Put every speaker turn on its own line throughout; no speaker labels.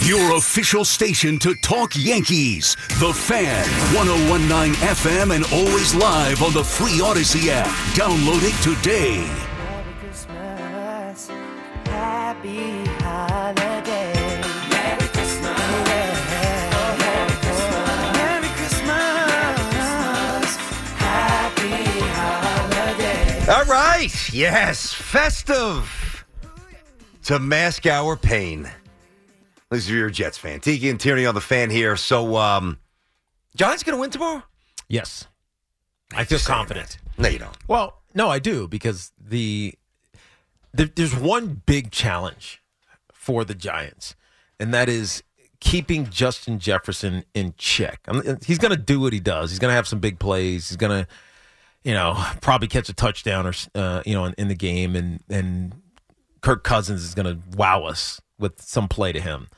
Your official station to talk Yankees. The Fan, 1019 FM, and always live on the free Odyssey app. Download it today.
Merry Christmas, happy holiday. Merry Christmas, Merry Christmas, Merry Christmas, happy holiday.
All right. Yes. Festive to mask our pain. This is your Jets fan. Tiki and Tierney on the fan here. So, um, Giants going to win tomorrow?
Yes. I feel confident.
No, you don't.
Well, no, I do because the, there there's one big challenge for the Giants, and that is keeping Justin Jefferson in check. I mean, he's going to do what he does. He's going to have some big plays. He's going to, you know, probably catch a touchdown or uh, you know in, in the game, and and Kirk Cousins is going to wow us with some play to him.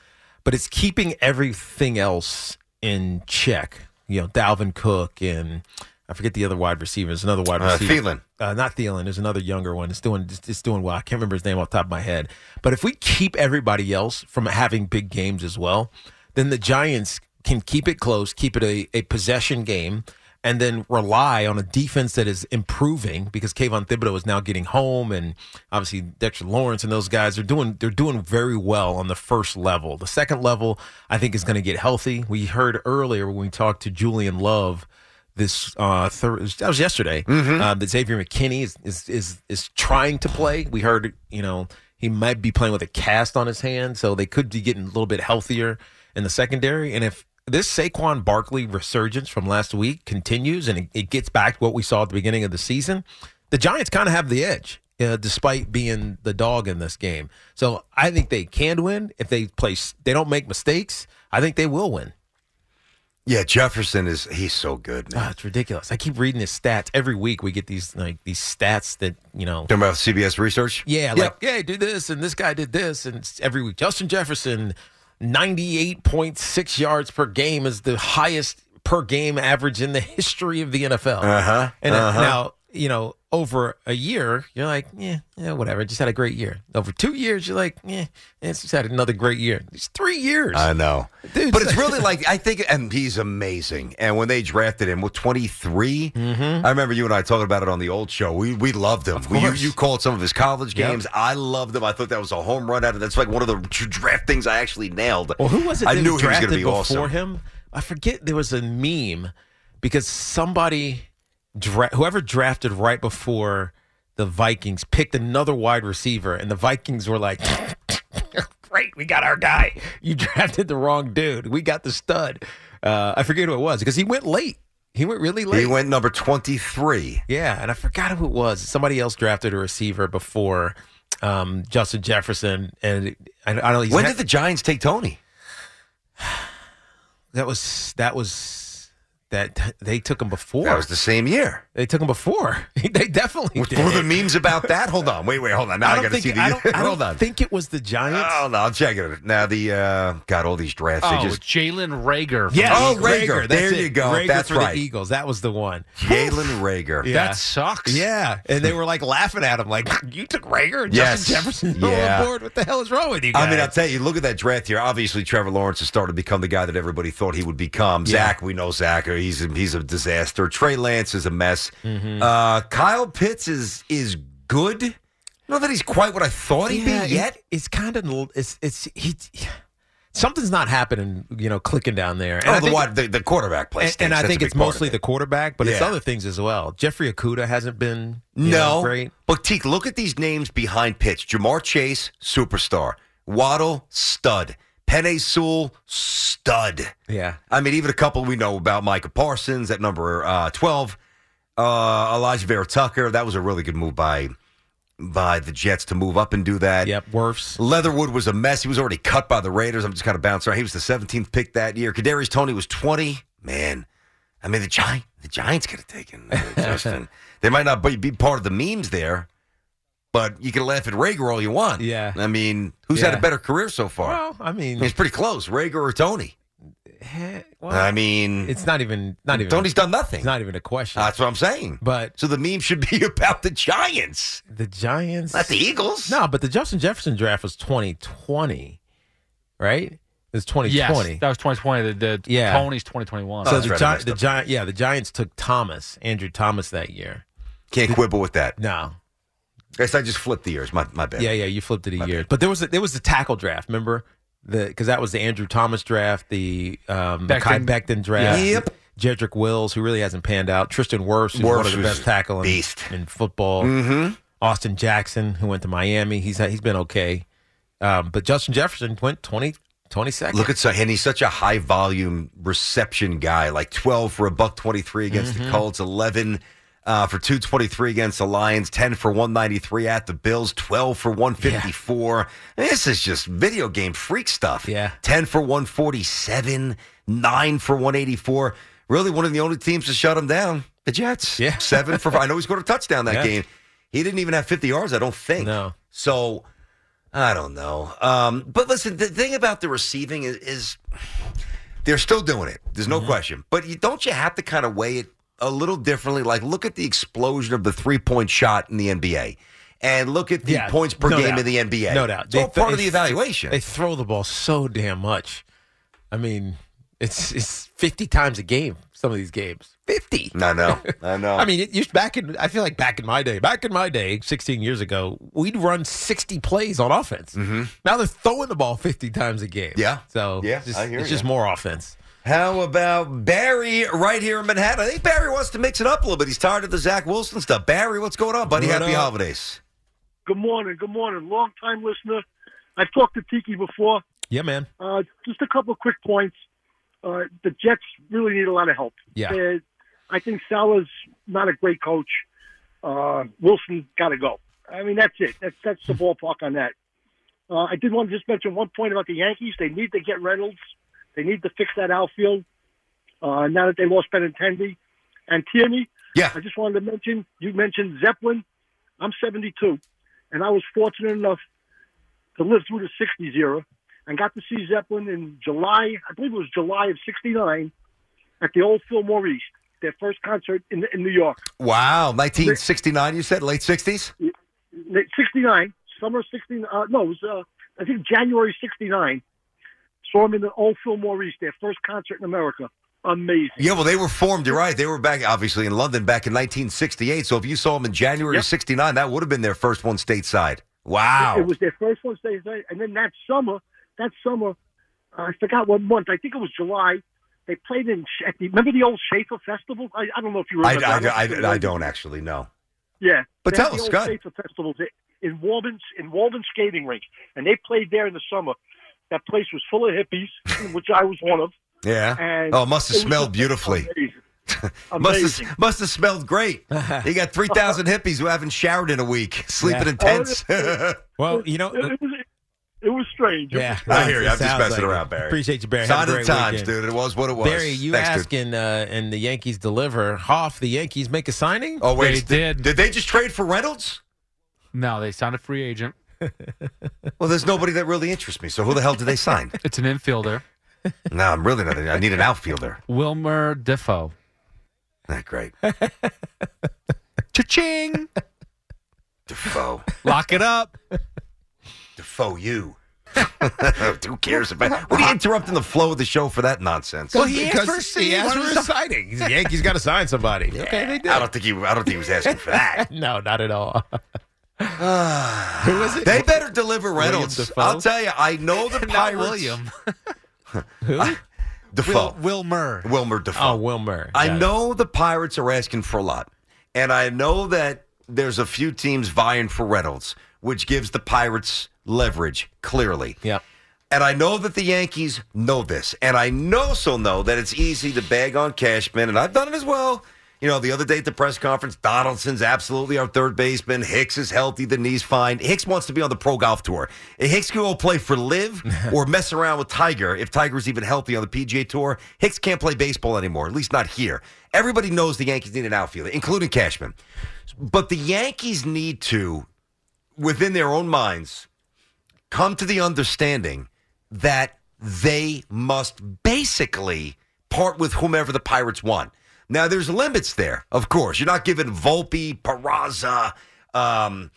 But it's keeping everything else in check. You know, Dalvin Cook and I forget the other wide receivers. Another wide
Uh,
receiver,
Thielen.
Uh, not Thielen. There's another younger one. It's doing it's, it's doing well. I can't remember his name off the top of my head. But if we keep everybody else from having big games as well, then the Giants can keep it close, keep it a, a possession game, and then rely on a defense that is improving because Kayvon Thibodeau is now getting home, and obviously Dexter Lawrence and those guys are doing they're doing very well on the first level. The second level, I think, is going to get healthy. We heard earlier when we talked to Julian Love this uh thir- that was yesterday uh, that Xavier McKinney is, is is is trying to play. We heard you know he might be playing with a cast on his hand, so they could be getting a little bit healthier in the secondary. And if this Saquon Barkley resurgence from last week continues and it, it gets back to what we saw at the beginning of the season, the Giants kind of have the edge. Uh, despite being the dog in this game, so I think they can win if they place. They don't make mistakes. I think they will win.
Yeah, Jefferson is, he's so good, man.
Ah, it's ridiculous. I keep reading his stats every week. We get these like these stats that you know.
Talking about CBS research?
Yeah, like yeah, do this and this guy did this and it's every week. Justin Jefferson, ninety eight point six yards per game is the highest per game average in the history of the NFL.
Uh-huh,
And uh,
uh-huh.
now you know over a year you're like yeah yeah whatever just had a great year. Over two years you're like yeah it's just had another great year. It's three years.
I know.
Dude,
but it's really like, I think, and he's amazing. And when they drafted him, with 23, I remember you and I talking about it on the old show. We we loved him. You,
Mm-hmm. course.
you called some of his college
Yep.
games. I loved him. I thought that was a home run out of That's like one of the draft things I actually nailed.
Well, who was it?
I
that
knew he was
drafted
going to be
before
awesome.
him. I forget. There was a meme because somebody, dra- whoever drafted right before the Vikings, picked another wide receiver, and the Vikings were like. Great, we got our guy. You drafted the wrong dude. We got the stud. Uh, I forget who it was because he went late. He went really late.
He went number 23.
Yeah, and I forgot who it was. Somebody else drafted a receiver before um, Justin Jefferson, and I, I don't. he's
when
not-
did the Giants take Tony?
That was that was that they took him before.
That was the same year.
they took him before. they definitely
Were
did.
the memes about that? Hold on. Wait, wait, hold on. Now
I
I,
don't
got to
think
see the. E-
I don't, I
hold
don't
on.
think it was the Giants.
Oh no, I'm checking it now. The uh, got all these drafts.
Oh,
they just
Jalen Rager.
Yes.
Oh, Rager.
that's
There
it.
you go.
Rager
That's
for
right.
the Eagles. That was the one.
Jalen Rager.
Yeah.
That sucks.
Yeah, and they were like laughing at him, like you took Rager and
Yes.
Justin Jefferson on
Yeah.
board. What the hell is wrong with you guys?
I mean, I'll tell you, look at that draft here. Obviously, Trevor Lawrence has started to become the guy that everybody thought he would become. Zach, we know Zach. or He's a, he's a disaster. Trey Lance is a mess.
Mm-hmm.
Uh, Kyle Pitts is is good. Not that he's quite what I thought he'd
Yeah,
be yet.
it- it's kind of it's it's he. Something's not happening, you know, clicking down there. And I
Oh, the,
think-
wide, the, the quarterback play.
And,
stinks.
and I
That's
think
a
it's
big part of
mostly
it.
the quarterback, but it's
Yeah.
other things as well. Jeffrey Okuda hasn't been you
No.
know, great.
But Teak, look at these names behind pitch. Jamar Chase, superstar. Waddle, stud. Penny Sewell, stud.
Yeah,
I mean, even a couple we know about Micah Parsons at number uh, 12. Uh, Elijah Vera Tucker. That was a really good move by by the Jets to move up and do that.
yep. Worfs.
Leatherwood was a mess. He was already cut by the Raiders. I'm just kind of bouncing around. He was the 17th pick that year. Kadarius Tony was 20. Man, I mean the Giant, the Giants could have taken uh, Justin. they might not be, be part of the memes there, but you can laugh at Rager all you want.
Yeah.
I mean, who's had
Yeah.
a better career so far?
Well, I mean,
it's pretty close, Rager or Tony.
heh, well,
I mean,
it's not even not even
Tony's done nothing.
it's not even a question.
That's what I'm saying.
but
So the meme should be about the Giants,
the Giants,
not the Eagles.
no, but the Justin Jefferson draft was 2020, right? It's
Yes,
2020.
that was 2020. The, the
Yeah.
Tony's 2021.
so
that's
the,
right, I
Gi-
messed
the
up.
Giant, yeah, the Giants took Thomas, Andrew Thomas, that year.
Can't quibble with that.
No,
Guess I just flipped the years. My my bad.
yeah, yeah, you flipped it a year. But there was a, there was the tackle draft. Remember the because that was the Andrew Thomas draft, the um, Mackay
Becton.
Becton draft.
Yep.
Jedrick Wills, who really hasn't panned out. Tristan Wirfs, who's one
Wirfs
of the
was
best tackle in,
beast. Mm-hmm.
in football. Austin Jackson, who went to Miami, he's he's been okay. Um, but Justin Jefferson went 20, 22nd.
Look at so and he's such a high volume reception guy. Like twelve for a buck twenty three against
Mm-hmm.
the Colts, eleven uh, for two twenty three against the Lions, ten for one ninety three at the Bills, twelve for one fifty four. This is just video game freak stuff.
Yeah.
ten for one forty seven, nine for one eighty four. Really, one of the only teams to shut him down, the Jets.
Yeah.
seven for. I know he scored a touchdown that
Yeah.
game. He didn't even have fifty yards. I don't think.
No.
So. I don't know. Um, but listen, the thing about the receiving is, is they're still doing it. There's
Mm-hmm.
no question. But you, don't you have to kind of weigh it a little differently? Like, look at the explosion of the three point shot in the NBA, and look at the
Yeah,
points per
no
game in
doubt.
the NBA.
No doubt.
it's all
They-
part of
they-
the evaluation.
They throw the ball so damn much. I mean, it's it's fifty times a game. Some of these games, fifty.
I know. I know.
I mean, it used back in. I feel like back in my day, back in my day, sixteen years ago, we'd run sixty plays on offense. Mm-hmm. Now they're throwing the ball fifty times a game.
Yeah.
So
Yeah,
it's just,
I hear
it's
ya.
just more offense.
How about Barry right here in Manhattan? I think Barry wants to mix it up a little bit. He's tired of the Zach Wilson stuff. Barry, what's going on, buddy?
What
Happy
up?
holidays.
Good morning. Good morning. Long time listener. I've talked to Tiki before.
Yeah, man.
Uh, just a couple of quick points. Uh, the Jets really need a lot of help.
Yeah.
Uh, I think Salah's not a great coach. Uh, Wilson got to go. I mean, that's it. That's that's the ballpark on that. Uh, I did want to just mention one point about the Yankees. They need to get Reynolds. They need to fix that outfield. Uh, now that they lost Benintendi and Tierney,
Yeah.
I just wanted to mention you mentioned Zeppelin. I'm 72, and I was fortunate enough to live through the 60s era and got to see Zeppelin in July, I believe it was July of 69, at the old Fillmore East, their first concert in, in New York.
Wow. 1969, you said? Late 60s?
69, summer 69, uh, no, it was, uh, I think January 69. Saw them in the old Fillmore East, their first concert in America. Amazing.
Yeah, well, they were formed. You're right. They were back, obviously, in London back in 1968. So if you saw them in January of
Yep.
69, that would have been their first one stateside. Wow.
It was their first one stage night, and then that summer, that summer, uh, I forgot what month. I think it was July. They played in Sh- at the remember the old Schaefer Festival. I, I don't know if you
I,
remember.
I,
that.
I, I don't actually know.
Yeah,
But
They had
tell
the
us,
old
go ahead.
Schaefer Festivals in Walden in Walden skating rink, and they played there in the summer. That place was full of hippies, which I was one of.
Yeah.
And
oh, must have
it was
smelled
just
beautifully.
Amazing.
Must
amazing.
have, must have smelled great. you got 3,000 hippies who haven't showered in a week, sleeping
Yeah.
in
Oh,
tents.
Well, you know.
it, it was, it was strange.
yeah,
I hear you.
It
I'm just
sounds
messing
it.
around, Barry.
Appreciate you, Barry. Have a
Sign of the
great
times,
weekend.
dude. It was what it was.
Barry, you
Thanks, dude.
ask and uh, and the Yankees deliver. Hoff, the Yankees make a signing.
Oh, wait.
They
did.
did.
Did they just trade for Reynolds?
No, they signed a free agent.
Well, there's nobody that really interests me. So who the hell did they sign?
It's an infielder,
no, I'm really not. I need an outfielder.
Wilmer Defoe.
Not great.
Cha-ching!
Defoe.
Lock it up.
Defoe you. Who cares about What are you interrupting the flow of the show for that nonsense?
Because he asked for a signing. He's- The Yankees got to sign somebody. Okay, they did.
I don't think he I don't think he was asking for that.
No, not at all. Who was it?
They better deliver Reynolds.
William Defoe?
I'll tell you, I know the
Not
Pirates.
William.
Defoe.
Wil- Wilmer.
Wilmer Defoe.
oh, Wilmer.
I know the Pirates are asking for a lot, and I know that there's a few teams vying for Reynolds, which gives the Pirates leverage, clearly.
Yeah.
And I know that the Yankees know this. And I know- also know that it's easy to bag on Cashman, and I've done it as well. You know, the other day at the press conference, Donaldson's absolutely our third baseman. Hicks is healthy. The knee's fine. Hicks wants to be on the pro golf tour. And Hicks can go play for Live or mess around with Tiger if Tiger's even healthy on the PGA tour. Hicks can't play baseball anymore, at least not here. Everybody knows the Yankees need an outfielder, including Cashman. But the Yankees need to, within their own minds, come to the understanding that they must basically part with whomever the Pirates want. Now, there's limits there, of course. You're not giving Volpe, Peraza, um,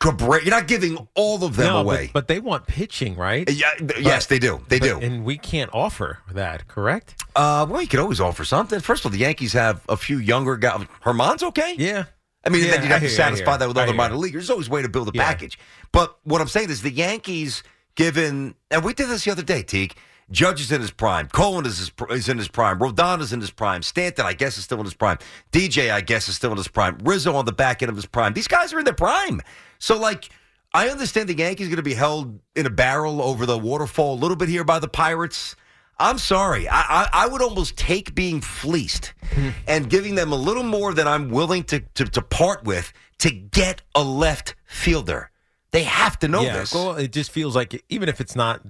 Cabrera. You're not giving all of them
No, but-
away.
But, they want pitching, right?
yeah, th- yes, they do. They
But-
do.
And we can't offer that, correct?
Uh, well, you could always offer something. First of all, the Yankees have a few younger guys. Herman's okay.
Yeah.
I mean,
Yeah,
then you'd have to
I hear you, I
satisfy
hear
that with
you, I
other
hear
minor
you.
leaguers. There's always a way to build a
Yeah.
package. But what I'm saying is the Yankees, given, and we did this the other day, Teak. Judge is in his prime. Cohen is, his, pr- is in his prime. Rodon is in his prime. Stanton, I guess, is still in his prime. DJ, I guess, is still in his prime. Rizzo on the back end of his prime. These guys are in their prime. So, like, I understand the Yankees going to be held in a barrel over the waterfall a little bit here by the Pirates. I'm sorry. I, I, I would almost take being fleeced
Hmm.
and giving them a little more than I'm willing to, to, to part with to get a left fielder. They have to know
yeah.
this.
Well, it just feels like even if it's not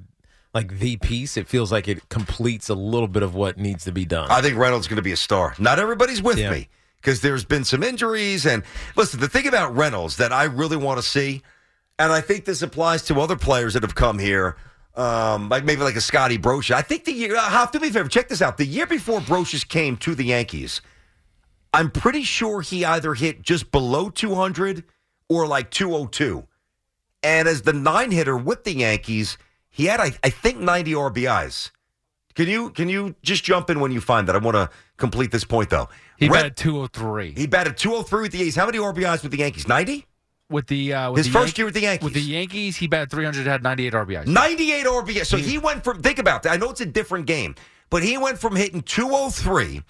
like the piece, it feels like it completes a little bit of what needs to be done.
I think Reynolds is going to be a star. Not everybody's with
Yeah.
me because there's been some injuries. And listen, the thing about Reynolds that I really want to see, and I think this applies to other players that have come here, um, like maybe like a Scotty Brocious. I think the year, uh, Hoff, do me a favor, check this out. The year before Brocious came to the Yankees, I'm pretty sure he either hit just below 200 or like 202. And as the nine hitter with the Yankees, he had, I, I think, 90 RBIs. Can you can you just jump in when you find that? I want to complete this point though.
He
Red-
batted 203
he batted 203 with the Yankees. How many RBIs with the Yankees? 90?
with the uh, with
His
the
first
Yan-
year with the Yankees.
With the Yankees, he batted 300, had 98 RBIs.
98 RBIs. So
Mm.
he went from think about that. I know it's a different game, but he went from hitting 203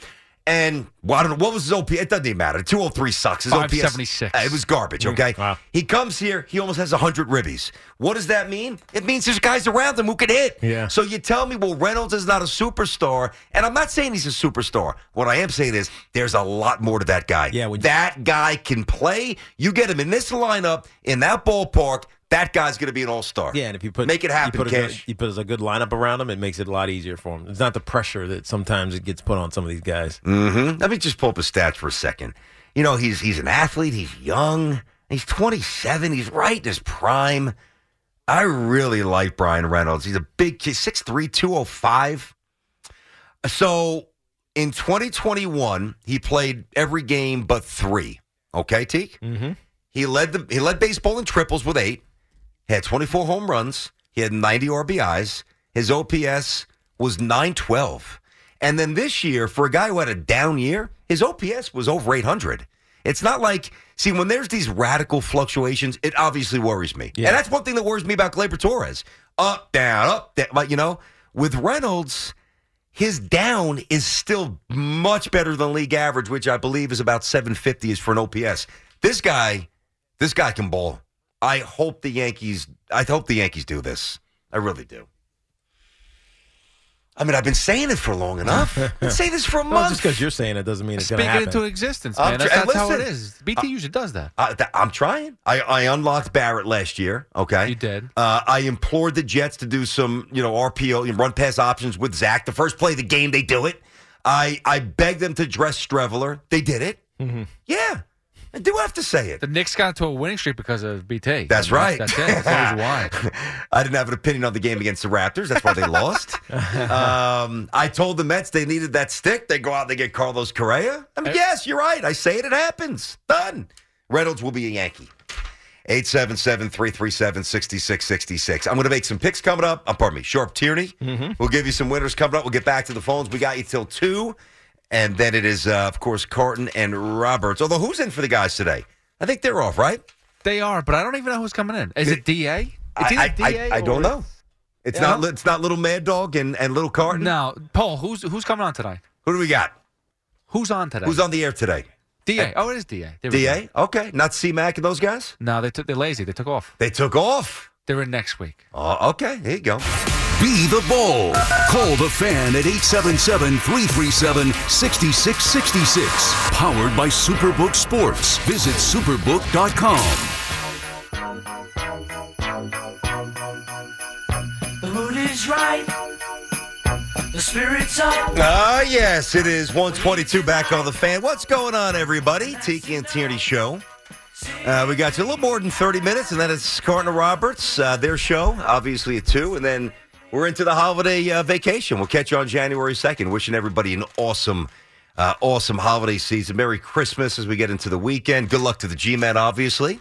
and well, I don't know what was his OP. It doesn't even matter. 203 sucks. His OPS
576.
Uh, It was garbage. Okay.
Mm. Wow.
He comes here. He almost has 100 ribbies. What does that mean? It means there's guys around him who can hit.
Yeah.
So you tell me, well, Reynolds is not a superstar, and I'm not saying he's a superstar. What I am saying is there's a lot more to that guy.
Yeah, when-
that guy can play. You get him in this lineup in that ballpark. That guy's going to be an all-star.
Yeah, and if you put
make it happen,
you put, a,
Cash.
good- you put a good lineup around them, it makes it a lot easier for them. It's not the pressure that sometimes it gets put on some of these guys.
hmm Let me just pull up his stats for a second. You know, he's he's an athlete. He's young. He's 27. He's right in his prime. I really like Brian Reynolds. He's a big kid, 6'3", 205. So in 2021, he played every game but three. Okay, Teak?
Mm-hmm.
He led the he led baseball in triples with eight. He had 24 home runs. He had 90 RBIs. His OPS was 912. And then this year, for a guy who had a down year, his OPS was over 800. It's not like see when there's these radical fluctuations, it obviously worries me.
Yeah.
And that's one thing that worries me about Gleyber Torres: up, down, up, down. Like you know, with Reynolds his down is still much better than league average, which I believe is about 750 is for an OPS. This guy, this guy can ball. I hope the Yankees. I hope the Yankees do this. I really do. I mean, I've been saying it for long enough. I've been saying this for a month.
Well, just because you're saying it doesn't mean it's going
Speaking
to happen.
into existence,
I'm
man.
tr-
That's, that's how it
listen. Uh,
is. BT usually does that.
I, th- I'm trying. I, I unlocked Barrett last year. Okay,
You did.
Uh, I implored the Jets to do some, you know, RPO, you know, run pass options with Zach. The first play of the game, they do it. I I begged them to dress Streveler. They did it.
Mm-hmm.
Yeah, I do have to say it.
The Knicks got to a winning streak because of BT.
That's
I mean,
right.
That's, that's it. That's always why.
I didn't have an opinion on the game against the Raptors. That's why they lost. Um, I told the Mets they needed that stick. They go out and they get Carlos Correa. I mean, yes, you're right. I say it, it happens. Done. Reynolds will be a Yankee. 877 337 6666. I'm going to make some picks coming up. Uh, pardon me, Sharp Tierney. We'll give you some winners coming up. We'll get back to the phones. We got you till 2. And then it is, uh, of course, Carton and Roberts. Although, who's in for the guys today? I think they're off, right?
They are, but I don't even know who's coming in. Is it DA? It's
I,
either
I,
DA
I, I don't
or-
know. It's not not it's not little Mad Dog and, and little Carton.
No, Paul. Who's who's coming on tonight?
Who do we got?
Who's on today?
Who's on the air today?
DA? Oh, it is DA. There we go.
Da. Okay, not C Mac and those guys.
No, they took. They're lazy. They took off.
They took off.
They're in next week.
Oh, okay. Here you go.
Be the bull. Call the fan at 877 337 6666. Powered by Superbook Sports. Visit superbook.com.
The mood is right. The spirit's up.
Ah, yes, it is 122 back on the fan. What's going on, everybody? Tiki and Tierney show. Uh, we got you a little more than 30 minutes, and then it's Carton and Roberts, uh, their show, obviously at 2. And then we're into the holiday uh, vacation. We'll catch you on January 2nd. Wishing everybody an awesome, uh, awesome holiday season. Merry Christmas as we get into the weekend. Good luck to the G Men, obviously.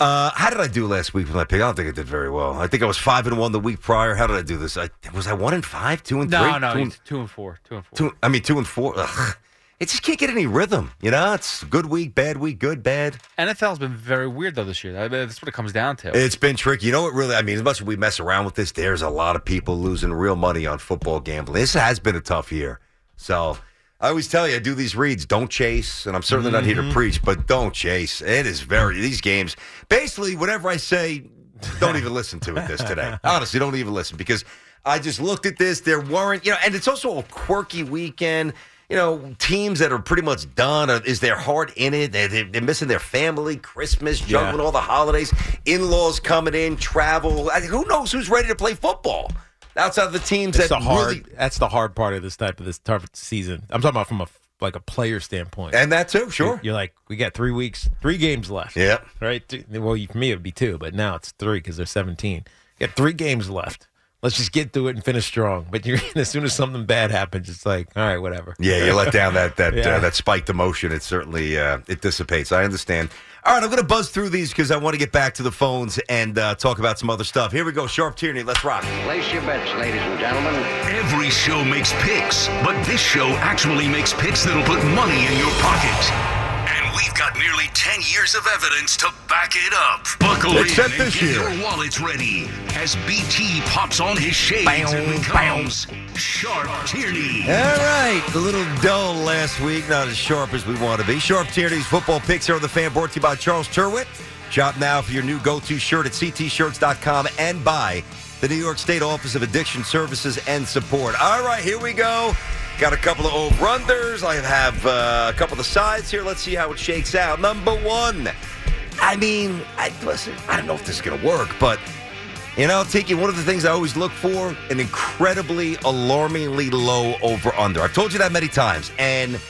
Uh, how did I do last week with my pick? I don't think I did very well. I think I was five and one the week prior. How did I do this? I, was I one and five, two and three?
No, no,
two
it's
and,
two and four. Two and four.
two, I mean two and four. Ugh. It just can't get any rhythm. You know, it's good week, bad week, good, bad.
NFL's been very weird though this year. I mean, that's what it comes down to.
It's been tricky. You know what? Really, I mean, as much as we mess around with this, there's a lot of people losing real money on football gambling. This has been a tough year. So I always tell you, I do these reads. Don't chase, and I'm certainly not here to preach, but don't chase. It is very these games. Basically, whatever I say, don't even listen to it. This today, honestly, don't even listen because I just looked at this. There weren't, you know, and it's also a quirky weekend. You know, teams that are pretty much done. Or is their heart in it? They're, they're missing their family, Christmas, juggling all the holidays, in laws coming in, travel. I, who knows who's ready to play football outside of the teams
That's
that
the hard.
really
that's the hard part of this type of this type of season. I'm talking about from a like a player standpoint.
and that too. Sure,
You're like, we got three weeks, three games left.
Yeah.
Right. Th- Well, you- for me it'd be two, but now it's three because they're 17. You got three games left. Let's just get through it and finish strong. But you're as soon as something bad happens, it's like, all right, whatever.
Yeah, you let down that that uh,
Yeah.
that spiked emotion. It certainly uh, it dissipates. I understand. All right, I'm going to buzz through these because I want to get back to the phones and uh, talk about some other stuff. Here we go, Sharp Tierney. Let's rock.
Place your bets, ladies and gentlemen.
Every show makes picks, but this show actually makes picks that'll put money in your pocket. And we've got nearly 10 years of evidence to back it up. Buckle in
Except
and
this
get
year.
your wallets ready as BT pops on his shades and becomes Sharp Tierney.
All right, a little dull last week, not as sharp as we want to be. Sharp Tierney's football picks here on the fan, brought to you by Charles Turwitt. Shop now for your new go-to shirt at ctshirts.com and by the New York State Office of Addiction Services and Support. All right, here we go. Got a couple of over-unders. I have uh, a couple of the sides here. Let's see how it shakes out. Number one. I mean, I, listen, I don't know if this is going to work, but you know, Tiki, one of the things I always look for an incredibly alarmingly low over under. I've told you that many times, and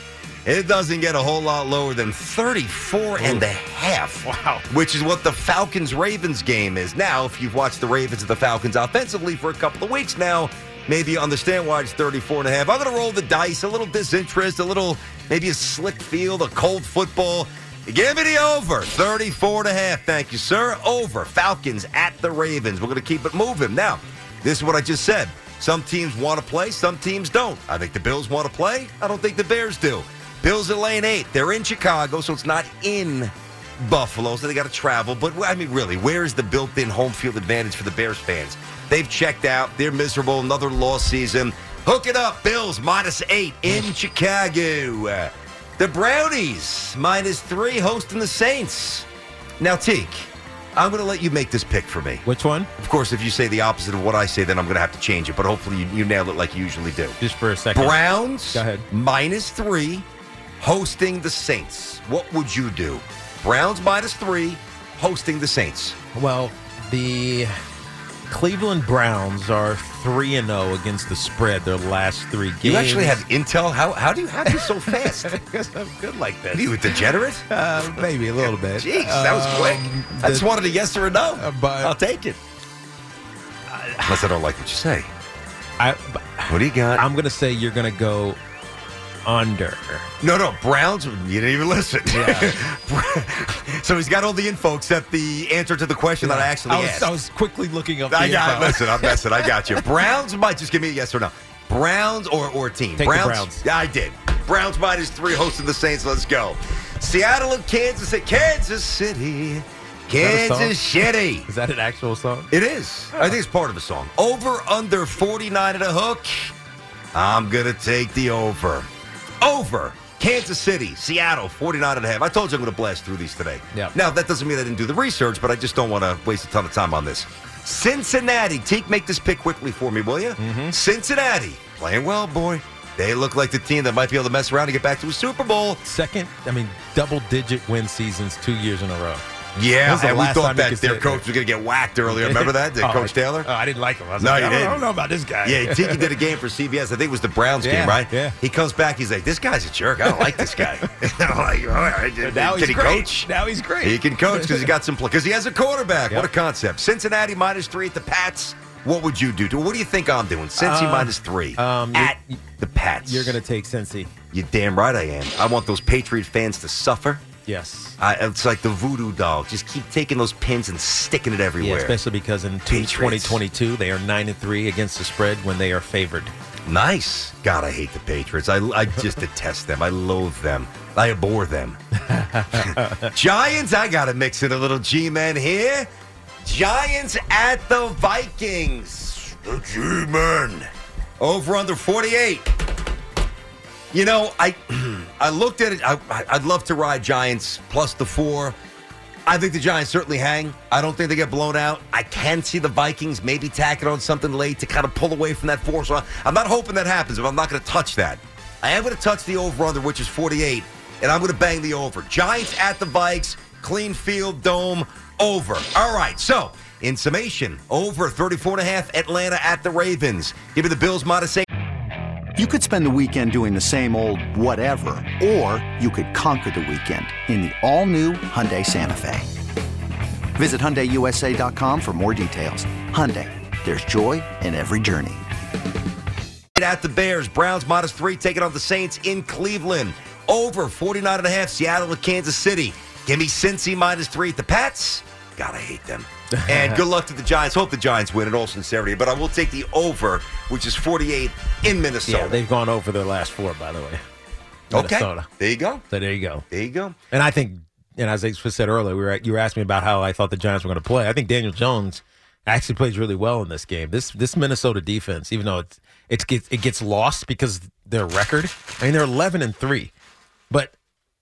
it doesn't get a whole lot lower than 34 and a half. Wow. Which is what the Falcons Ravens game is. Now, if you've watched the Ravens and the Falcons offensively for a couple of weeks now, maybe you understand why it's 34 and a half. I'm going to roll the dice, a little disinterest, a little maybe a slick field, a cold football. Give me the over. 34 and a half. Thank you, sir. Over. Falcons at the Ravens. We're going to keep it moving. Now, this is what I just said. Some teams want to play, some teams don't. I think the Bills want to play. I don't think the Bears do. Bills at lane eight. They're in Chicago, so it's not in Buffalo, so they got to travel. But, I mean, really, where is the built in home field advantage for the Bears fans? They've checked out. They're miserable. Another lost season. Hook it up. Bills minus eight in Chicago. The Brownies minus three hosting the Saints. Now, Teak, I'm going to let you make this pick for me.
Which one?
Of course, if you say the opposite of what I say, then I'm going to have to change it. But hopefully, you, you nail it like you usually do.
Just for a second.
Browns
Go ahead.
minus three, hosting the Saints. What would you do? Browns minus three, hosting the Saints.
Well, the Cleveland Browns are 3 and 0 against the spread their last 3 games.
You actually have intel. How how do you have this so fast? Are
because I'm good like this.
you a degenerate?
Uh, maybe a little bit.
Jeez, that was quick.
Um,
I just
the-
wanted a yes or a no.
Uh, but-
I'll take it. Unless I don't like what you say.
I,
What do you got?
I'm going to say you're going to go under.
No, no, Browns. You didn't even listen. so he's got all the info except the answer to the question that I actually
I was,
asked.
I was quickly looking up. The
I got.
info.
Listen, I'm messing. I got you. Browns might just give me a yes or no. Browns or or team.
Take the
Browns.
Browns.
Yeah, I did. Browns minus three hosting the Saints. Let's go. Seattle and Kansas City. Kansas City.
that a song?
Kansas City.
Is that an actual song?
It is. I think it's part of a song. Over under 49 at a hook. I'm going to take the over. Over. Kansas City, Seattle, 49 and a half. I told you I'm going to blast through these today.
Yeah.
Now, that doesn't mean I didn't do the research, but I just don't want to waste a ton of time on this. Cincinnati. Teak, make this pick quickly for me, will you?
Mm-hmm.
Cincinnati. Playing well, boy. They look like the team that might be able to mess around and get back to a Super Bowl.
Second, I mean, double-digit win seasons two years in a row.
Yeah,
When's the
and we
last
thought
time you
that
could
their
say-
coach was going to get whacked earlier. Remember that,
Oh,
Coach
I-
Taylor?
oh, I didn't like him. I was
No,
like,
you
I don't- I
didn't.
don't know about this guy.
Yeah, Tiki did a game for CBS. I think it was the Browns
Yeah,
game, right?
yeah.
He comes back. He's like, "This guy's a jerk. I don't like this guy." I'm like, all right,
But
did,
now
did
he's
he
great.
coach?
Now he's great.
He can coach because he got some play. Because he has a quarterback. What a
Yep.
concept! Cincinnati minus three at the Pats. What would you do? What do you think I'm doing? Cincy
Uh,
minus three
um,
at
you're-
the Pats.
You're going to take Cincy.
You damn right I am. I want those Patriot fans to suffer.
Yes.
I, it's like the voodoo doll. Just keep taking those pins and sticking it
Yeah,
everywhere.
especially because in two-
Patriots.
2022 they are nine and three against the spread when they are favored.
nice. God, I hate the Patriots. I, I just detest them. I loathe them. I abhor them. Giants, I got to mix in a little G Man here. Giants at the Vikings. The G Man. Over under 48. You know, I I looked at it. I, I- I'd love to ride Giants plus the four. I think the Giants certainly hang. I don't think they get blown out. I can see the Vikings maybe tacking on something late to kind of pull away from that four. So I- I'm not hoping that happens, but I'm not going to touch that. I am going to touch the over under, which is 48, and I'm going to bang the over. Giants at the Vikes, clean field, dome, over. All right, so in summation, over 34 and a half, Atlanta at the Ravens. Give me the Bills minus eight.
You could spend the weekend doing the same old whatever, or you could conquer the weekend in the all-new Hyundai Santa Fe. Visit HyundaiUSA.com for more details. Hyundai, there's joy in every journey.
at the Bears. Browns minus three, taking on the Saints in Cleveland. Over 49 and a half, Seattle at Kansas City. Give me Cincy minus three at the Pats. Gotta hate them. And good luck to the Giants. Hope the Giants win in all sincerity, but I will take the over, which is 48 in Minnesota.
Yeah, they've gone over their last four, by the way.
okay.
Minnesota.
There you go.
So there you go.
There you go.
And I think, and as I said earlier, we were you were asking me about how I thought the Giants were going to play. I think Daniel Jones actually plays really well in this game. This this Minnesota defense, even though it's it's gets it gets lost because their record. I mean, they're eleven and three, but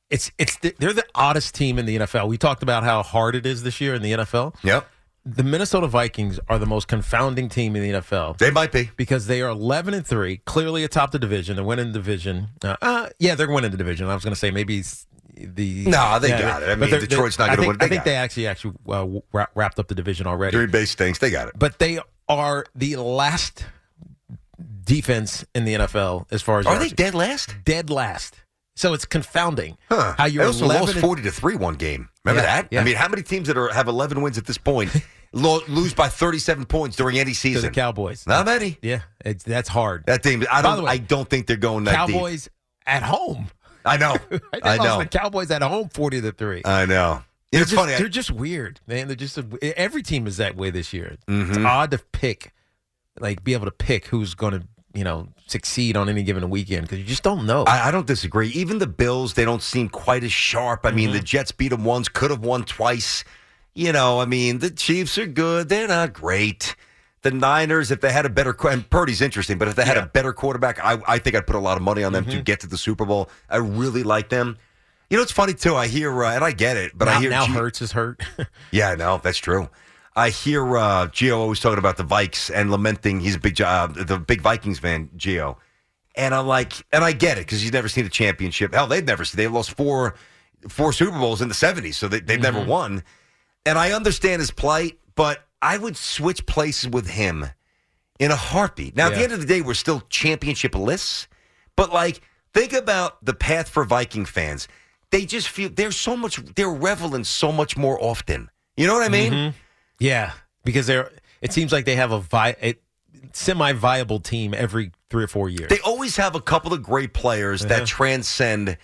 it's it's the, they're the oddest team in the NFL. We talked about how hard it is this year in the NFL.
Yep.
The Minnesota Vikings are the most confounding team in the NFL
They might be.
because they are 11 and 3, clearly atop the division. They're winning the division. Uh, uh, yeah, they're winning the division. I was going to say maybe s- the.
No, they
yeah,
got it. I
but
mean,
they're-
Detroit's not
I
gonna
think-
win it. They
I think
got
they
it.
actually actually uh, wra- wrapped up the division already.
Three base things. They got it.
But they are the last defense in the NFL as far as
Are they
yards-
dead last?
dead last. So it's confounding
Huh.
how you're
they also
11
lost
and-
40 to 3 one game. Remember
Yeah,
that?
yeah.
I mean, how many teams that are have 11 wins at this point lo- lose by 37 points during any
to the
season?
Cowboys.
Not many.
Yeah, it's, that's hard.
That team, I
By
don't.
the way,
I don't think they're going that deep.
Cowboys at home.
I know.
Right? They
I
lost
know.
The Cowboys at home, forty to three.
I know. It's
just-
funny. I-
They're just weird, man. They're just a, e, every team is that way this year. It's
Mm-hmm.
odd to pick, like, be able to pick who's going to, you know, succeed on any given weekend because you just don't know.
I, I don't disagree. Even the Bills, they don't seem quite as sharp. I mean,
Mm-hmm.
the Jets beat them once, could have won twice. You know, I mean, the Chiefs are good. They're not great. The Niners, if they had a better, qu- and Purdy's interesting, but if they had a better quarterback, I, I think I'd put a lot of money on them
Mm-hmm.
to get to the Super Bowl. I really like them. You know, it's funny too. I hear, uh, and I get it, but
now,
I hear
now
G-
Hurts is hurt.
Yeah, I know that's true. I hear uh, Gio always talking about the Vikes and lamenting he's a big uh, the big Vikings man, Gio. And I'm like, and I get it because he's never seen a championship. Hell, they've never seen. They lost four four Super Bowls in the '70s, so they, they've never won. And I understand his plight, but I would switch places with him in a heartbeat. Now, at the
Yeah.
end of the day, we're still championship lists, but like, think about the path for Viking fans. They just feel there's so much, they're reveling so much more often. You know what I mean?
Mm-hmm. yeah, because they're. It seems like they have a, vi- a semi-viable team every three or four years.
They always have a couple of great players
Uh-huh.
that transcend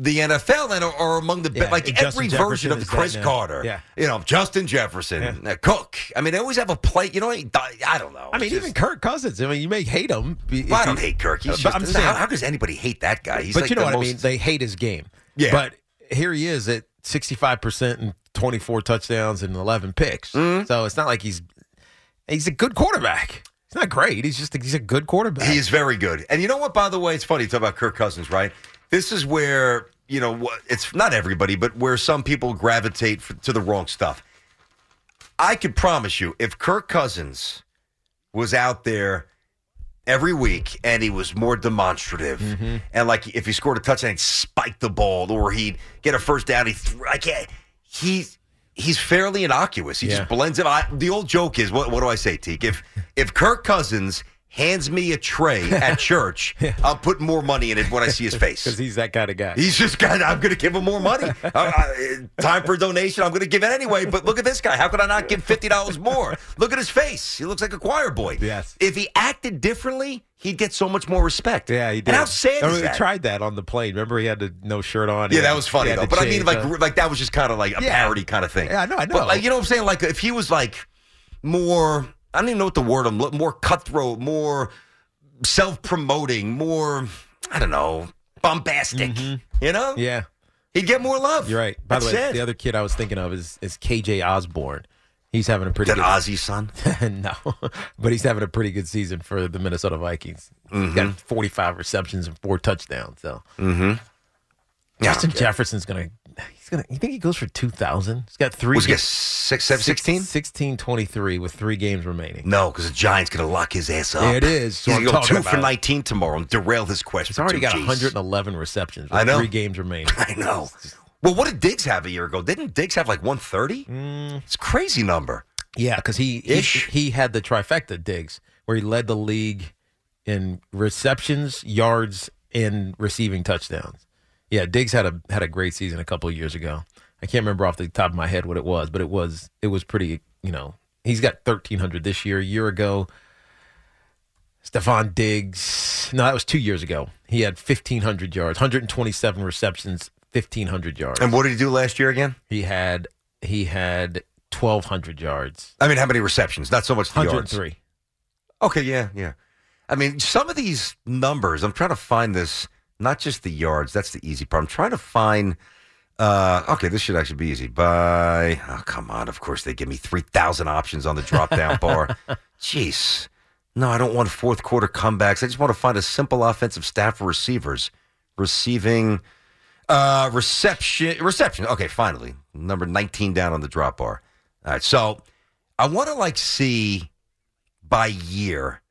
the NFL and are, are among the best.
Yeah,
Like
Justin
every
Jefferson
version of
is
Chris
that now.
Carter,
Yeah.
you know, Justin Jefferson, uh, Cook. I mean, they always have a play. You know, I I don't know.
I mean,
It's
even
just-
Kirk Cousins. I mean, you may hate him. be- if
Well, I don't
you-
hate Kirk. He's
But
just,
I'm saying-
how, how does anybody hate that guy? He's
but
like
you know
the
what
most,
I mean. They hate his game.
Yeah.
But here he is at 65 percent and 24 touchdowns and 11 picks.
Mm-hmm.
So it's not like he's he's a good quarterback. He's not great. He's just he's a good quarterback.
He is very good. And you know what? By the way, it's funny you talk about Kirk Cousins, right? This is where you know what- it's not everybody, but where some people gravitate f to the wrong stuff. I could promise you, if Kirk Cousins was out there every week and he was more demonstrative, and like if he scored a touchdown, he'd spike the ball, or he'd get a first down, he th- I can't. He's he's fairly innocuous. He
Yeah.
just blends it. I, the old joke is, what what do I say, Teak? If if Kirk Cousins hands me a tray at church, I'll put more money in it when I see his face.
because he's that kind of guy.
He's just got. I'm going to give him more money. I- I- time for a donation. I'm going to give it anyway. But look at this guy. How could I not give fifty dollars more? Look at his face. He looks like a choir boy.
Yes.
If he acted differently, he'd get so much more respect.
yeah, he did.
And how sad
Remember,
is
He
that?
tried that on the plane. Remember, he had the no shirt on.
yeah,
He had-
that was funny
he had
though.
to
But I mean,
change
like,
up.
like that was just kind of like a
Yeah.
parody kind of thing.
Yeah, I know, I know.
But like, you know what I'm saying? Like, if he was like more, I don't even know what the word I'm look more cutthroat, more self-promoting, more, I don't know, bombastic. You know?
Mm-hmm. yeah,
He'd get more love.
you're right. By
That's
the way,
it.
the other kid I was thinking of is is KJ Osborne. He's having a pretty
that
good
Ozzy son.
no, but he's having a pretty good season for the Minnesota Vikings. He's
Mm-hmm.
got 45 receptions and four touchdowns. So
Yeah.
Justin Jefferson's gonna, he's gonna. You think he goes for 2,000? He's got three.
Was he
ga-
get six, seven,
six-
16?
16, 23 with three games remaining.
No, because the Giants going to lock his ass up.
Yeah, it is. So
He's
I'm
going to go
talking
two for
about it.
19 tomorrow and derail this question.
He's already got 111 receptions. With
I know.
Three games remaining.
I know. Well, what did Diggs have a year ago? Didn't Diggs have like 130?
Mm.
It's a crazy number.
Yeah, because he, he
Ish.
he had the trifecta digs where he led the league in receptions, yards, and receiving touchdowns. Yeah, Diggs had a had a great season a couple of years ago. I can't remember off the top of my head what it was, but it was it was pretty. You know, he's got thirteen hundred this year. A year ago, Stephon Diggs. No, that was two years ago. He had fifteen hundred yards, hundred and twenty seven receptions, fifteen hundred yards.
And what did he do last year again?
he had he had twelve hundred yards,
I mean, how many receptions? Not so much the
hundred and
yards.
three.
Okay, yeah, yeah. I mean, some of these numbers, I'm trying to find this, not just the yards. That's the easy part. I'm trying to find, uh, okay, this should actually be easy. By, oh, come on. Of course, they give me 3,000 options on the drop down bar. Jeez. No, I don't want fourth quarter comebacks. I just want to find a simple offensive staff for receivers. Receiving, uh, reception, reception. Okay, finally. Number 19 down on the drop bar. All right, so I want to like see by year.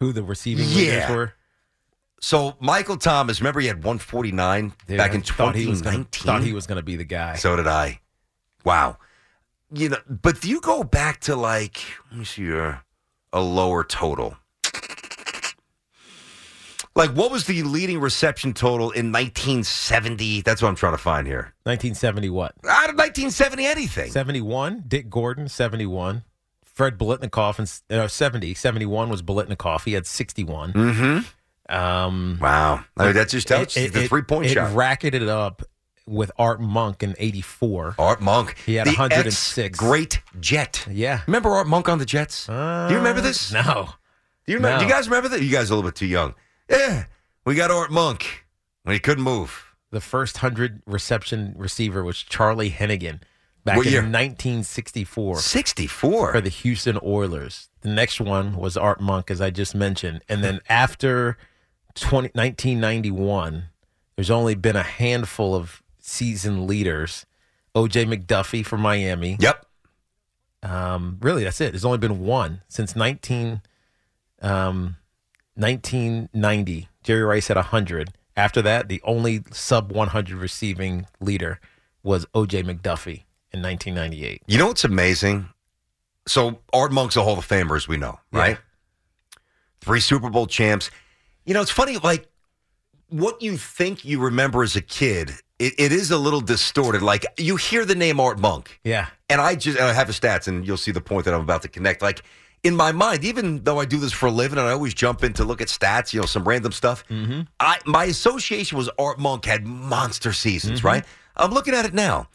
Who the receiving
Yeah.
leaders were?
So Michael Thomas, remember he had 149
Dude,
back
I
in
thought he was gonna-
2019.
Thought he was going to be the guy.
so did I. Wow. You know, but if you go back to like, let me see here, a lower total. Like, what was the leading reception total in 1970? That's what I'm trying to find here.
1970 what?
Out of 1970, anything.
71. Dick Gordon 71. Fred Bolitnikoff and uh, 70. 71 was Bolitnikoff. He had 61. Mm-hmm. Um,
Wow. I mean, that Mm. just tells
it-
you
it-
the
it-
three point
it
shot.
racketed up with Art Monk in 84.
Art Monk.
He had
the
106.
Great Jet.
Yeah. Uh,
Remember Art Monk on the Jets? Do you remember this?
No.
Do you, remember,
No.
do you guys remember that? You guys are a little bit too young. Yeah, we got Art Monk when he couldn't move.
The first 100 reception receiver was Charlie Hennigan back
What
in
year?
1964.
64.
for the Houston Oilers. The next one was Art Monk, as I just mentioned. And then after 20, 1991, there's only been a handful of season leaders. OJ McDuffie from Miami.
yep.
Um, really, that's it. There's only been one since 19, um, 1990. Jerry Rice had 100. After that, the only sub 100 receiving leader was OJ McDuffie in 1998.
You know what's amazing? So Art Monk's a Hall of Famer, as we know,
Yeah.
right? Three Super Bowl champs. You know, it's funny, like what you think you remember as a kid, it, it is a little distorted. Like you hear the name Art Monk,
Yeah.
and I just and I have the stats, and you'll see the point that I'm about to connect. Like in my mind, even though I do this for a living, and I always jump in to look at stats, you know, some random stuff. I my association was Art Monk had monster seasons, right? I'm looking at it now.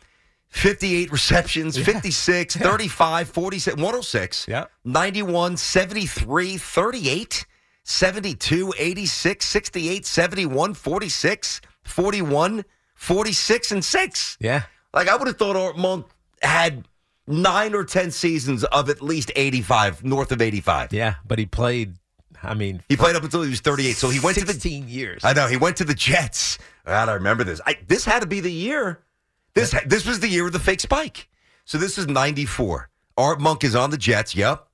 58 receptions, 56, 35, 47, 106,
Yeah.
91, 73, 38, 72, 86, 68, 71, 46, 41, 46, and 6.
Yeah.
Like I would have thought Art Monk had nine or ten seasons of at least eighty-five, north of eighty-five.
Yeah, but he played. I mean,
He played up until he was thirty-eight, so he went to the.
16 years.
I know he went to the Jets. God, I remember this. I, this had to be the year. This ha- this was the year of the fake spike. So this is ninety-four. Art Monk is on the Jets. Yep.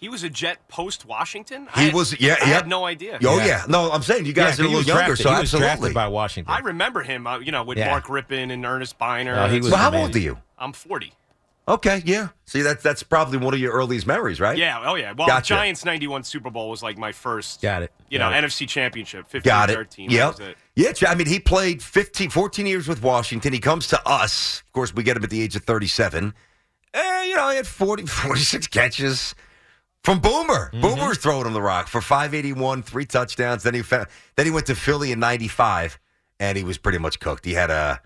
He was a Jet post Washington.
He was. Yeah.
I
yeah.
had no idea.
Oh yeah.
Yeah.
No, I'm saying you
Yeah,
guys are
but
a
he
little
was
younger,
drafted-
so
he was drafted
absolutely.
by Washington.
I remember him. Uh, you know, with
Yeah.
Mark Rippon and Ernest Biner.
Oh, he was
well, how
amazing.
old are you?
I'm 40.
Okay, yeah. See, that's that's probably one of your earliest memories, right?
Yeah. Oh, yeah. Well,
Gotcha.
the Giants' 91 Super Bowl was like my first,
Got it.
you
Got
know,
it.
NFC Championship, 15
Got it.
13. that
Yep.
was it.
Yeah, Ch- I mean, he played 15, 14 years with Washington. He comes to us. Of course, we get him at the age of 37. Eh, you know, he had 40, 46 catches from Boomer.
Mm-hmm.
Boomer's throwing him the rock for 581, three touchdowns. Then he found, then he went to Philly in 95, and he was pretty much cooked. He had a.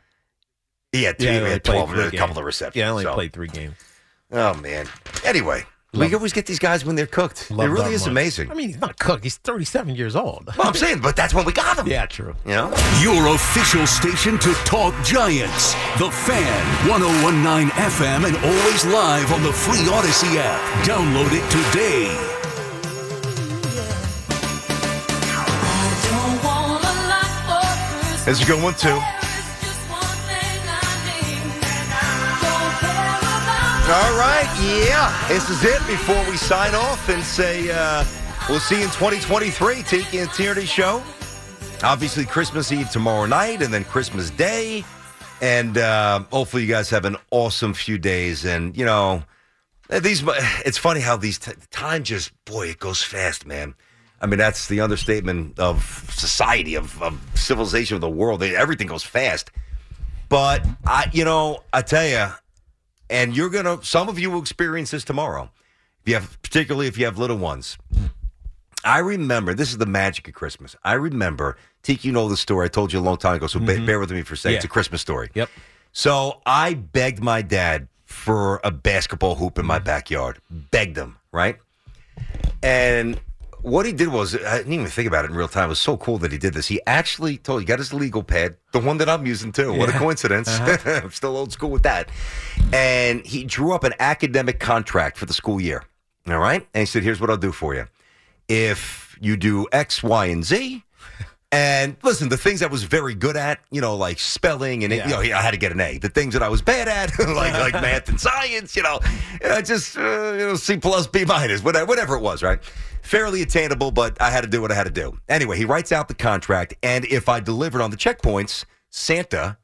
He had, two,
Yeah, he
he
only
had
played
12,
three
a couple
games.
of receptions.
Yeah, I only
so.
played three games.
Oh, man. Anyway, we always get these guys when they're cooked.
Love
it really
that
is
much.
amazing.
I mean, he's not cooked. He's 37 years old.
well, I'm saying, but that's when we got them.
yeah, true.
You know?
Your official station to talk Giants. The Fan, 1019 FM, and always live on the free Odyssey app. Download it today.
This is a good one, too. All right, yeah. This is it before we sign off and say uh, we'll see you in 2023. Take you in Tierney Show. Obviously, Christmas Eve tomorrow night and then Christmas Day. And uh, hopefully, you guys have an awesome few days. And, you know, these it's funny how these t- time just, boy, it goes fast, man. I mean, that's the understatement of society, of, of civilization, of the world. Everything goes fast. But, I, you know, I tell you, and you're gonna some of you will experience this tomorrow if you have particularly if you have little ones i remember this is the magic of christmas i remember tiki you know the story i told you a long time ago so ba- bear with me for a second it's a
Mm-hmm. Yeah.
christmas story
Yep.
so i begged my dad for a basketball hoop in
Mm-hmm.
my backyard begged him right and what he did was, I didn't even think about it in real time. It was so cool that he did this. He actually told, he got his legal pad, the one that I'm using too. What a coincidence. I'm still old school with that. And he drew up an academic contract for the school year. All right. And he said, here's what I'll do for you. If you do X, Y, and Z, and listen, the things I was very good at, you know, like spelling and you know, I had to get an A. The things that I was bad at, like like math and science, you know, uh, just uh, you know, C plus, B minus, whatever, whatever it was, right? Fairly attainable, but I had to do what I had to do. Anyway, he writes out the contract, and if I delivered on the checkpoints, Santa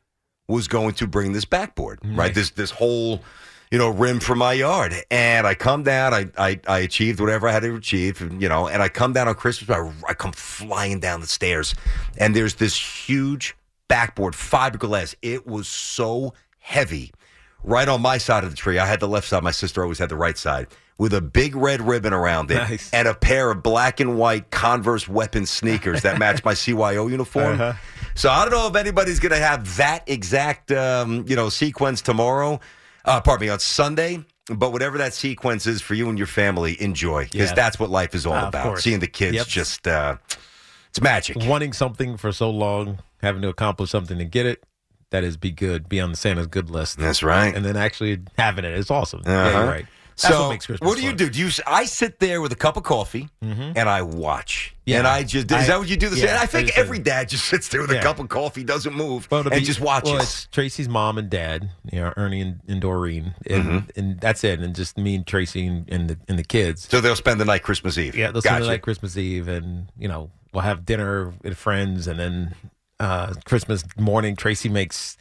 was going to bring this backboard, right? This this whole you know rim for my yard, and I come down. I I, I achieved whatever I had to achieve, and, you know. And I come down on Christmas. I, I come flying down the stairs, and there's this huge backboard, fiberglass. It was so heavy, right on my side of the tree. I had the left side. My sister always had the right side. With a big red ribbon around it
Nice.
and a pair of black and white Converse weapon sneakers that matched my CYO uniform.
Uh-huh.
So I don't know if anybody's going to have that exact, um, you know, sequence tomorrow. Uh, pardon me, on Sunday. But whatever that sequence is for you and your family, enjoy because
Yeah.
that's what life is all
Ah, of
about.
course.
Seeing the kids
Yep.
just, uh, it's magic.
Wanting something for so long, having to accomplish something to get it, that is be good, be on the Santa's good list.
That's right.
And then actually having it is awesome.
Uh-huh.
Yeah, you're right. That's
so,
what makes Christmas
what do you
fun. Mm-hmm.
do? Do you? s- I sit there with a cup of coffee and I watch.
Yeah.
And I just is
I-
that what you do? This
yeah,
and I
I
think
just-
every dad just sits there with a
Yeah.
cup of coffee, doesn't move,
Well, to
and
be-
just watches.
Well, it's Tracy's mom and dad, you know, Ernie and, and Doreen, and,
Mm-hmm.
and that's it. And just me and Tracy and, and the and the kids.
so they'll spend the night Christmas Eve.
Yeah, they'll
gotcha.
spend the night Christmas Eve, and you know we'll have dinner with friends, and then uh, Christmas morning Tracy makes.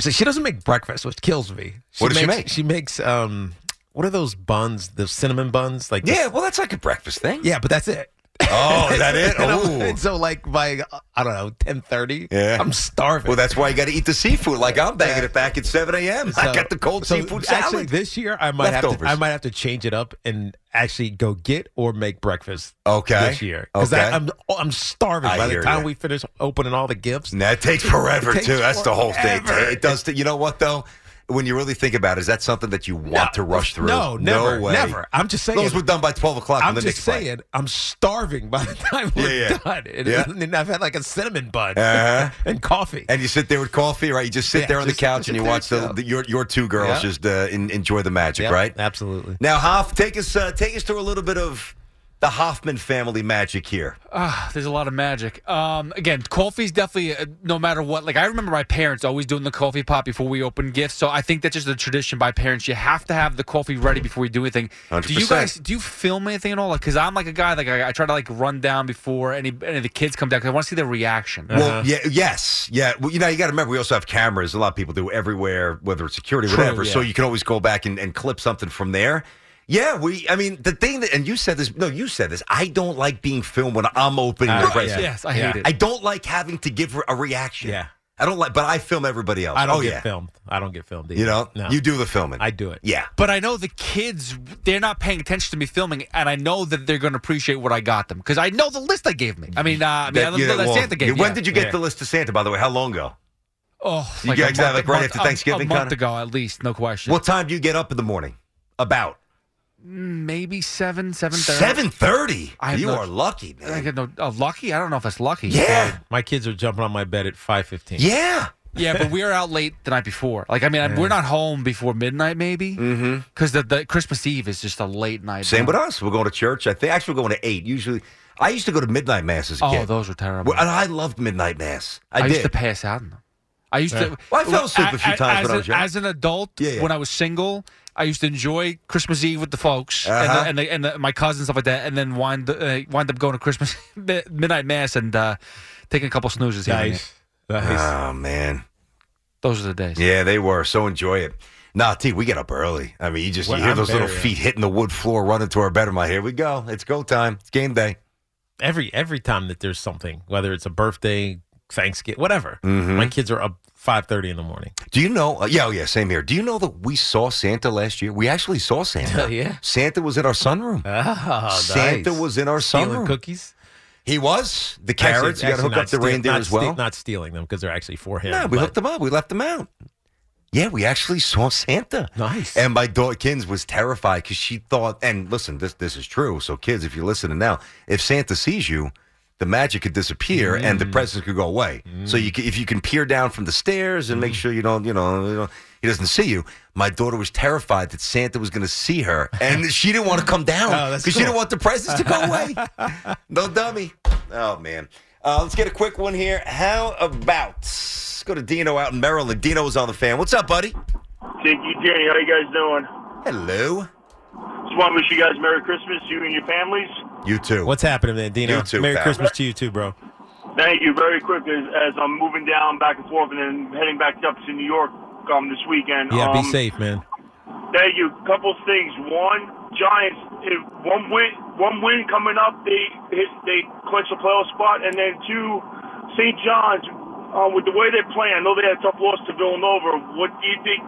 So she doesn't make breakfast, which kills me.
What does
makes,
she make?
She makes um, what are those buns? The cinnamon buns, like the-
Yeah, well, that's like a breakfast thing.
yeah, but that's it.
Oh, is that it?
And I'm-
Oh.
and so like by I don't know ten thirty,
Yeah.
I'm starving.
Well, that's why you got to eat the seafood. Like I'm banging it back at 7 a.m. I
So-
got the cold
so
seafood
Actually,
salad.
this year I might have to,
Leftovers.
I might have to change it up and actually go get or make breakfast
okay.
this year because
Okay.
I'm oh, I'm starving
I
by the
hear
time
ya.
we finish opening all the gifts.
And that takes forever
It takes
too. That's the whole thing.
forever.
It does. you know what though? When you really think about it, is that something that you want to rush through?
No, never,
way.
never. I'm just saying.
Those were done by 12 o'clock.
I'm
on the
just
Knicks play.
saying, I'm starving by the time we're
Yeah, yeah.
done. And,
Yeah.
and I've had like a cinnamon bun
Uh-huh.
and coffee.
And you sit there with coffee, right? You just sit
Yeah,
there on
just-
the couch
just
and you
sit
watch
there,
the,
so.
the your your two girls
Yeah.
just uh, en- enjoy the magic,
Yep,
right?
Absolutely.
Now, Hoff, take us uh, take us through a little bit of the Hoffman family magic here?
Uh-huh.
Ah, there's a lot of magic. Um, again, coffee's definitely uh, no matter what. Like I remember my parents always doing the coffee pot before we open gifts. So I think that's just a tradition by parents. You have to have the coffee ready before you do anything. Do you
100%.
guys do you film anything at all? Like, cause I'm like a guy like I, I try to like run down before any any of the kids come down. Cause I want to see their reaction.
Well, yeah, yes, yeah. Well, you know, you got to remember, we also have cameras. A lot of people do everywhere, whether it's security,
True,
whatever. So
yeah.
you can always go back and, and clip something from there. Yeah, we. I mean, the thing that, and you said this. No, you said this. I don't like being filmed when I'm opening
Uh,
the
right,
present.
yeah.
Yes, I
Yeah.
hate it.
I don't like having to give a reaction.
Yeah.
I don't like, but I film everybody else.
I don't
oh,
get
yeah.
filmed. I don't get filmed. Either.
You know,
no,
you do the filming.
I do it.
Yeah.
But I know the kids, they're not paying attention to me filming, and I know that they're going to appreciate what I got them because I know the list I gave me. I mean, uh, I mean, I
That-
know
yeah,
that
well,
Santa gave.
When
yeah.
did you get
Yeah.
the list to Santa? By the way, how long ago?
Oh,
You guys have, like, right after
a-
Thanksgiving,
a, month
kinda?
ago at least, no question.
What time do you get up in the morning? About
Maybe seven, seven thirty.
seven thirty.
I have
You
no-
are lucky, man.
I get no uh, lucky. I don't know if that's lucky.
yeah,
My kids are jumping on my bed at five fifteen.
yeah.
yeah, but we were out late the night before. Like, I mean, I- we're not home before midnight, maybe, because mm the, the Christmas Eve is just a late night.
Mm-hmm. Same with us. We're going to church. I think actually we're going to eight. Usually, I used to go to midnight mass as a
Oh,
kid.
those were terrible.
Well, and I loved midnight mass. I, did.
used to pass out in them. I used to.
Well, I fell asleep a
a-
few
a-
times
as
when I was
an-
young.
As an adult,
Yeah, yeah.
when I was single, I used to enjoy Christmas Eve with the folks
Uh-huh.
and, the, and, the, and the, my cousins stuff like that, and then wind uh, wind up going to Christmas mi- midnight mass and uh, taking a couple snoozes. here and there.
Nice. Nice.
oh man,
Those are the days.
yeah, they were. So enjoy it. Nah, T, we get up early. I mean, you just
Well,
you hear
I'm
those little
uh,
better, yeah.
feet hitting the wood floor, running to our bed. I'm like, here we go. It's go time. It's game day.
every every time that there's something, whether it's a birthday, Thanksgiving, whatever, my kids are up five thirty in the morning.
Do you know? Uh, yeah, oh, yeah, same here. Do you know that we saw Santa last year? We actually saw Santa.
yeah.
Santa was in our sunroom.
Oh,
Santa was in our
stealing
sunroom.
cookies.
He was the carrots. you got to
Actually- actually
hook
not
up the
steal-
reindeer
not
as
steal-
well.
not stealing them because they're actually for him.
no, we
but-
hooked them up. We left them out. Yeah, we actually saw Santa.
Nice.
And my daughter Kins was terrified because she thought. And listen, this this is true. So kids, if you're listening now, if Santa sees you, the magic could disappear and
Mm.
the presents could go away. So you can, if you can peer down from the stairs and
Mm.
make sure you don't, you know, you know, he doesn't see you. My daughter was terrified that Santa was going to see her, and she didn't want to come down
Oh, that's
because she
cool.
didn't want the presents to go away. No dummy. Oh man. Uh, let's get a quick one here. How about let's go to Dino out in Maryland? Dino is on the fan. What's up, buddy?
you, Danny. How you guys doing?
Hello.
Just want to wish you guys Merry Christmas, you and your families.
You too.
What's happening, man, Dino?
You too,
Merry
pal.
Christmas to you too, bro.
Thank you. Very quick, as, as I'm moving down back and forth and then heading back up to New York um, this weekend.
Yeah, be
Um,
safe, man.
Thank you. Couple things. One, Giants. If one win, one win coming up, they hit, they clinch the playoff spot, and then two, St. John's. Uh, with the way they're playing, I know they had a tough loss to Villanova. What do you think?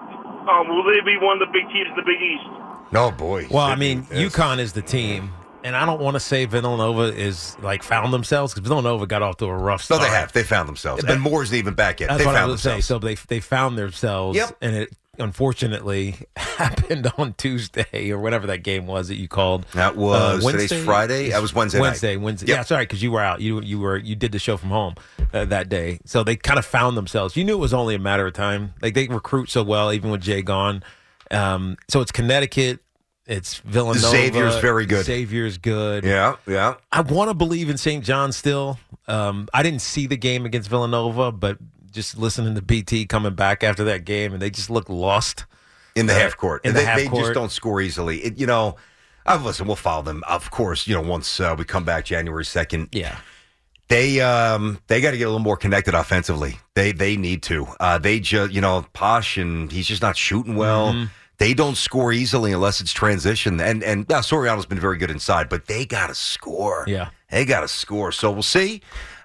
Um, will they be one of the big teams in the Big East?
No boy.
Well, I mean, UConn is the team, and I don't want to say Villanova is like found themselves because Villanova got off to a rough
No,
start.
they have. They found themselves. And more isn't even back yet.
That's
they
what
found
I was saying.
themselves.
So they they found themselves,
Yep.
and it unfortunately happened on Tuesday or whatever that game was that you called. Uh,
That was- today's Friday? That was Wednesday night.
Wednesday, Wednesday.
Yep.
Yeah, sorry, because you were out. You you were you did the show from home uh, that day, so they kind of found themselves. You knew it was only a matter of time. Like they recruit so well, even with Jay gone. Um, so it's Connecticut. It's Villanova.
Xavier's very good.
Xavier's good.
yeah, yeah.
I want to believe in St. John still. Um, I didn't see the game against Villanova, but just listening to BT coming back after that game, and they just look lost.
In the
Uh,
half court.
in
they,
the half
they just
court.
don't score easily. It, you know, I've listen, we'll follow them, of course, you know, once uh, we come back January 2nd.
Yeah,
They um they got to get a little more connected offensively. They they need to. Uh, they just you know Posh and he's just not shooting well.
Mm-hmm.
They don't score easily unless it's transition. And and now Soriano's been very good inside, but they got to score.
Yeah.
they got to score. So we'll see.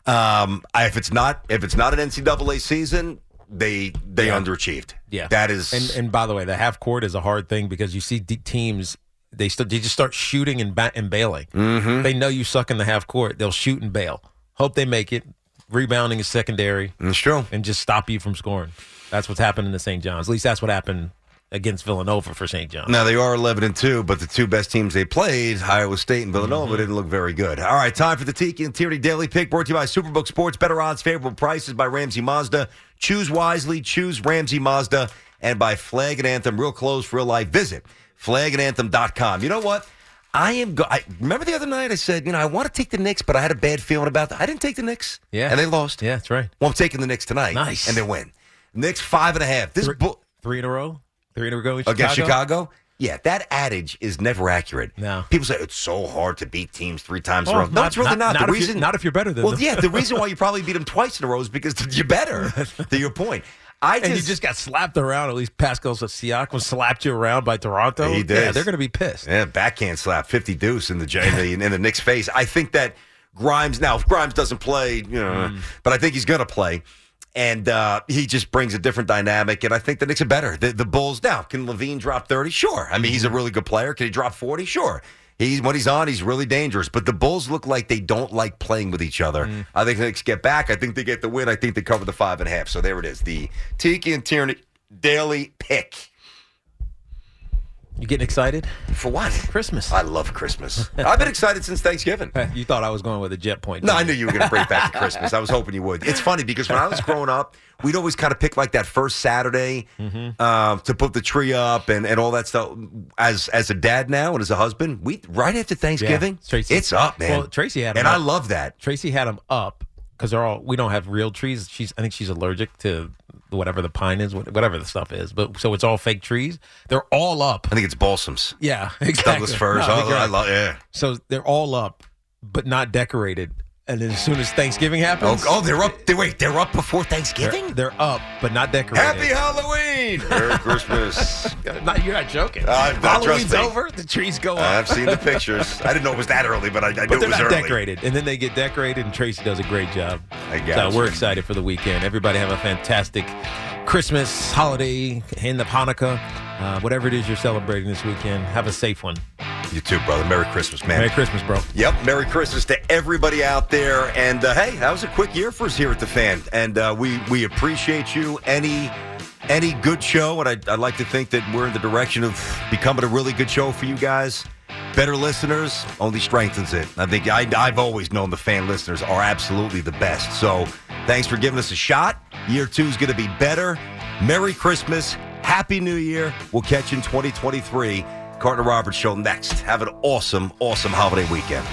Um, I- if it's not if it's not an NCAA season, they they underachieved.
yeah.
that is
And and by the way, the half court is a hard thing because you see de- teams they start they just start shooting and ba- and bailing. Mm-hmm. They know you suck in the half court. They'll shoot and bail. Hope they make it. Rebounding is secondary
it's true.
and just stop you from scoring. That's what's happening to St. John's. At least that's what happened against Villanova for St. John's.
Now they are eleven and two, but the two best teams they played, Iowa State and Villanova,
Mm-hmm.
didn't look very good. All right, time for the Tiki and Tierney Daily Pick, brought to you by Superbook Sports. Better odds, favorable prices by Ramsey Mazda. Choose wisely. Choose Ramsey Mazda, and by Flag and Anthem. Real close, real life. Visit flagandanthem.com. You know what? I am. Go- I remember the other night I said, you know, I want to take the Knicks, but I had a bad feeling about that. I didn't take the Knicks.
Yeah.
and they lost.
Yeah, that's right.
Well, I'm taking the Knicks tonight.
Nice.
and they win. Knicks five and a half. This
Three,
book
three in a row. Three in a row
against Chicago. Yeah, that adage is never accurate.
No.
People say it's so hard to beat teams three times in
Oh,
a row. No,
not-
it's really
not-
not.
not
the
if you-
reason,
not if you're better than
well,
them.
yeah, the reason why you probably beat them twice in a row is because you're better. to your point, I just,
And you just got slapped around. At least Pascal Siakam slapped you around by Toronto.
He did.
Yeah, they're going to be pissed.
Yeah, backhand slap, fifty deuce in the J- in the, in the Knicks' face. I think that Grimes now, if Grimes doesn't play, you know, but I think he's going to play, and uh, he just brings a different dynamic. And I think the Knicks are better. The, the Bulls now can Levine drop thirty? Sure. I mean, he's a really good player. Can he drop forty? Sure. He's when he's on, he's really dangerous. But the Bulls look like they don't like playing with each other. I think the Knicks get back. I think they get the win. I think they cover the five and a half. So there it is. The Tiki and Tierney daily pick
You getting excited?
for what?
Christmas. Uh,
I love Christmas. I've been excited since Thanksgiving.
you thought I was going with a jet point.
No, I
didn't
knew you were going to bring it back to Christmas. I was hoping you would. It's funny because when I was growing up, we'd always kind of pick like that first Saturday
Mm-hmm.
uh, to put the tree up and, and all that stuff. As as a dad now and as a husband, we right after Thanksgiving,
Yeah, Tracy-
it's up, man.
Well, Tracy had 'em
and I
up.
love that.
Tracy had them up because they're all we don't have real trees. She's I think she's allergic to whatever the pine is, wh- whatever the stuff is. But so it's all fake trees. They're all up.
I think it's balsams,
Yeah, exactly.
Douglas firs.
No, I
all-
think you're
I
right.
love, yeah.
so they're all up, but not decorated. And then as soon as Thanksgiving
Oh,
happens,
oh, they're up. They, wait, they're up before Thanksgiving.
they're, they're up, but not decorated.
Happy Halloween! Merry Christmas.
Not, you're not joking.
Uh, no, trust
Halloween's
me.
over. The trees go up.
I've seen the pictures. I didn't know it was that early, but I, I knew
but
it
they're
was
not
early.
decorated, and then they get decorated, and Tracy does a great job.
I gotcha.
So we're excited for the weekend. Everybody have a fantastic Christmas holiday, end of Hanukkah, uh, whatever it is you're celebrating this weekend. Have a safe one.
You too, brother. Merry Christmas, man.
Merry Christmas, bro.
Yep, Merry Christmas to everybody out there. And uh, hey, that was a quick year for us here at the Fan, and uh, we we appreciate you. Any any good show, and I'd, I'd like to think that we're in the direction of becoming a really good show for you guys. Better listeners only strengthens it. I think I, I've always known the fan listeners are absolutely the best. So thanks for giving us a shot. Year two is going to be better. Merry Christmas. Happy New Year. We'll catch you in 2023. Carter Roberts Show next. Have an awesome, awesome holiday weekend.